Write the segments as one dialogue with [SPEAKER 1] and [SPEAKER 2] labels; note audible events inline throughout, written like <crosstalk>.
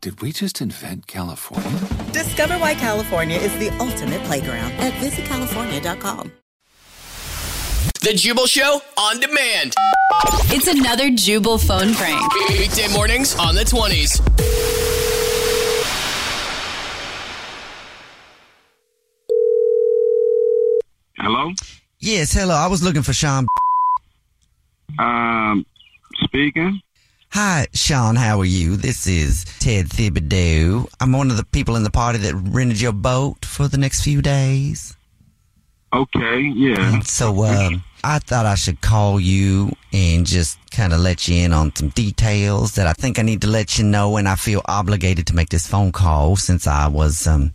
[SPEAKER 1] Did we just invent California?
[SPEAKER 2] Discover why California is the ultimate playground at visitcalifornia.com.
[SPEAKER 3] The Jubal Show on demand.
[SPEAKER 4] It's another Jubal phone prank.
[SPEAKER 3] Weekday mornings on the 20s.
[SPEAKER 5] Hello?
[SPEAKER 6] Yes, hello. I was looking for Sean.
[SPEAKER 5] Um, speaking.
[SPEAKER 6] Hi, Sean. How are you? This is Ted Thibodeau. I'm one of the people in the party that rented your boat for the next few days.
[SPEAKER 5] Okay, yeah.
[SPEAKER 6] And so, uh, I thought I should call you and just kind of let you in on some details that I think I need to let you know, and I feel obligated to make this phone call since I was um,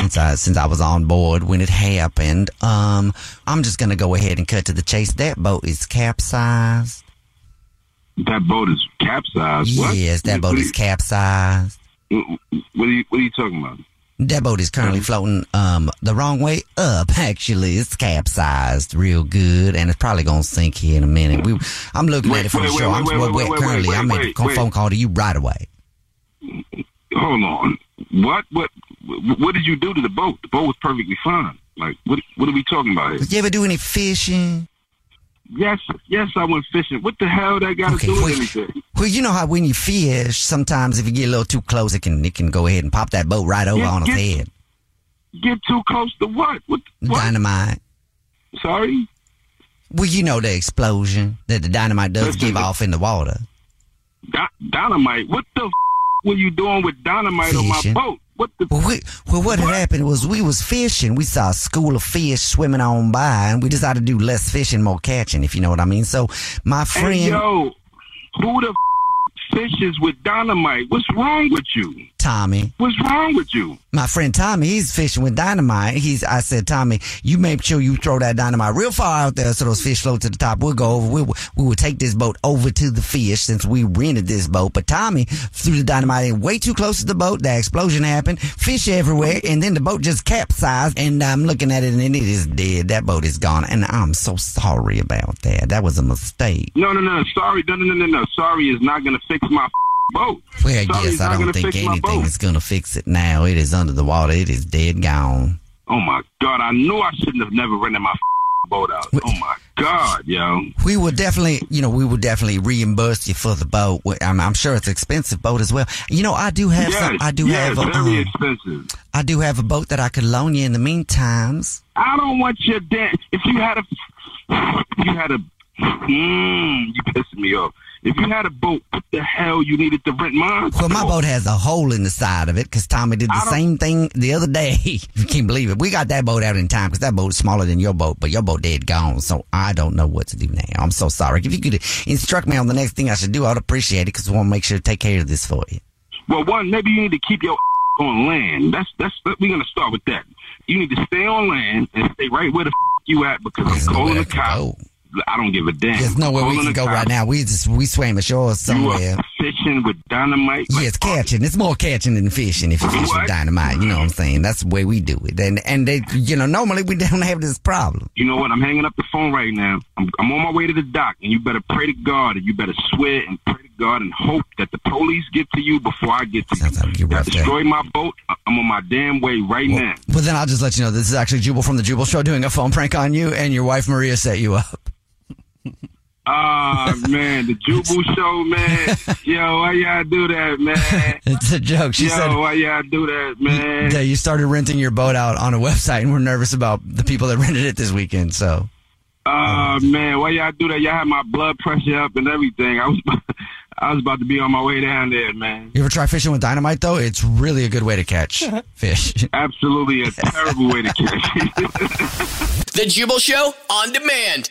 [SPEAKER 6] since I since I was on board when it happened. Um, I'm just gonna go ahead and cut to the chase. That boat is capsized.
[SPEAKER 5] That boat is capsized. What?
[SPEAKER 6] Yes, that boat
[SPEAKER 5] what
[SPEAKER 6] is capsized.
[SPEAKER 5] What are, you, what are you talking about?
[SPEAKER 6] That boat is
[SPEAKER 5] Mm-hmm.
[SPEAKER 6] currently floating um the wrong way up. <laughs> Actually, it's capsized real good, and it's probably gonna sink here in a minute. We, I'm looking
[SPEAKER 5] Wait,
[SPEAKER 6] at it from
[SPEAKER 5] wait,
[SPEAKER 6] the
[SPEAKER 5] wait,
[SPEAKER 6] shore. I'm
[SPEAKER 5] wait,
[SPEAKER 6] just-
[SPEAKER 5] wait,
[SPEAKER 6] well,
[SPEAKER 5] wait,
[SPEAKER 6] currently.
[SPEAKER 5] wait,
[SPEAKER 6] I'm
[SPEAKER 5] wait,
[SPEAKER 6] making a
[SPEAKER 5] wait.
[SPEAKER 6] phone call to you right away.
[SPEAKER 5] Hold on. What? What? What did you do to the boat? The boat was perfectly fine. Like, what? What are we talking about here?
[SPEAKER 6] Did you ever do any fishing?
[SPEAKER 5] Yes, yes, I went fishing. What the hell that got to do
[SPEAKER 6] well,
[SPEAKER 5] with anything?
[SPEAKER 6] well, you know how when you fish, sometimes if you get a little too close, it can it can go ahead and pop that boat right over
[SPEAKER 5] Yeah,
[SPEAKER 6] on its
[SPEAKER 5] yeah.
[SPEAKER 6] head.
[SPEAKER 5] Get too close to what? What? What?
[SPEAKER 6] Dynamite.
[SPEAKER 5] Sorry.
[SPEAKER 6] Well, you know the explosion that the dynamite does
[SPEAKER 5] Listen,
[SPEAKER 6] give
[SPEAKER 5] it-
[SPEAKER 6] off in the water.
[SPEAKER 5] Di- dynamite. What the f- were you doing with dynamite on my
[SPEAKER 6] Fishing.
[SPEAKER 5] boat? What the?
[SPEAKER 6] Well, we, well, what had happened was we was fishing. We saw a school of fish swimming on by, and we decided to do less fishing, more catching, if you know what I mean. So, my friend,
[SPEAKER 5] Hey, yo, who the f- fishes with dynamite? What's wrong with you?
[SPEAKER 6] Tommy,
[SPEAKER 5] What's wrong with you?
[SPEAKER 6] my friend Tommy, he's fishing with dynamite. He's, I said, Tommy, you make sure you throw that dynamite real far out there so those fish float to the top. We'll go over. We, will- we will take this boat over to the fish since we rented this boat. But Tommy threw the dynamite in way too close to the boat. The explosion happened. Fish everywhere, and then the boat just capsized. And I'm looking at it, and it is dead. That boat is gone, and I'm so sorry about that. That was a mistake.
[SPEAKER 5] No, no, no. Sorry, no, no, no, no, no. Sorry is not gonna fix my f- boat.
[SPEAKER 6] Well,
[SPEAKER 5] sorry
[SPEAKER 6] yes,
[SPEAKER 5] is not
[SPEAKER 6] I don't
[SPEAKER 5] gonna
[SPEAKER 6] think
[SPEAKER 5] fix my boat.
[SPEAKER 6] anything is gonna fix it now. It is under the water. It is dead gone.
[SPEAKER 5] Oh my god, I knew I shouldn't have never rented my f- boat out.
[SPEAKER 6] Wait.
[SPEAKER 5] Oh my god, yo.
[SPEAKER 6] We will definitely, you know, we will definitely reimburse you for the boat. We- I'm, I'm sure it's an expensive boat as well. You know, I do have
[SPEAKER 5] Yes,
[SPEAKER 6] some. I do
[SPEAKER 5] yes,
[SPEAKER 6] have a.
[SPEAKER 5] very
[SPEAKER 6] Um,
[SPEAKER 5] expensive.
[SPEAKER 6] I do have a boat that I could loan you in the meantime.
[SPEAKER 5] I don't want your debt. If you had a, you had a, mm, you pissing me off. If you had a boat, what the hell you needed to rent mine?
[SPEAKER 6] Well, my boat has a hole in the side of it because Tommy did
[SPEAKER 5] I
[SPEAKER 6] the
[SPEAKER 5] don't-
[SPEAKER 6] same thing the other day. <laughs> you can't believe it. We got that boat out in time because that boat's smaller than your boat, but your boat dead gone. So I don't know what to do now. I'm so sorry. If you could instruct me on the next thing I should do, I'd appreciate it because we want to make sure to take care of this for you.
[SPEAKER 5] Well, one, maybe you need to keep your <laughs> on land. That's that's we're gonna start with that. You need to stay on land and stay right where the <laughs> you at because
[SPEAKER 6] There's
[SPEAKER 5] I'm
[SPEAKER 6] nowhere
[SPEAKER 5] calling
[SPEAKER 6] I
[SPEAKER 5] the
[SPEAKER 6] can
[SPEAKER 5] cops.
[SPEAKER 6] go.
[SPEAKER 5] I don't give a damn.
[SPEAKER 6] There's nowhere we
[SPEAKER 5] Calling
[SPEAKER 6] can
[SPEAKER 5] the
[SPEAKER 6] go
[SPEAKER 5] cops.
[SPEAKER 6] right now. We just we swam ashore
[SPEAKER 5] You
[SPEAKER 6] somewhere.
[SPEAKER 5] are fish catching with dynamite?
[SPEAKER 6] Yes, catching. It's more catching than fishing if you fish with dynamite. You know what I'm saying? That's the way we do it. And and they, you know, normally we <laughs> don't have this problem.
[SPEAKER 5] You know what? I'm hanging up the phone right now. I'm, I'm on my way to the dock, and you better pray to God, and you better swear and pray to God and hope that the police get to you before I get to you. I destroyed my boat. I- I'm on my damn way right now.
[SPEAKER 6] But then I'll just let you know this is actually Jubal from the Jubal Show doing a phone prank on you, and your wife Maria set you up. <laughs>
[SPEAKER 5] Ah, man, the Jubu Show, man. Yo, why y'all do that, man?
[SPEAKER 6] It's a joke. She
[SPEAKER 5] Yo,
[SPEAKER 6] said
[SPEAKER 5] why y'all do that, man?
[SPEAKER 6] that you started renting your boat out on a website, and we're nervous about the people that <laughs> rented it this weekend. So
[SPEAKER 5] Ah, man, why y'all do that? Y'all had my blood pressure up and everything. I was, <laughs> I was about to be on my way down there, man.
[SPEAKER 6] you ever try fishing with dynamite though? It's really a good way to catch fish. <laughs>
[SPEAKER 5] Absolutely a terrible way to catch.
[SPEAKER 3] The Jubal Show on demand.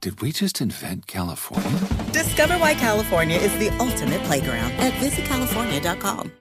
[SPEAKER 1] Did we just invent California?
[SPEAKER 2] Discover why California is the ultimate playground at visitcalifornia.com.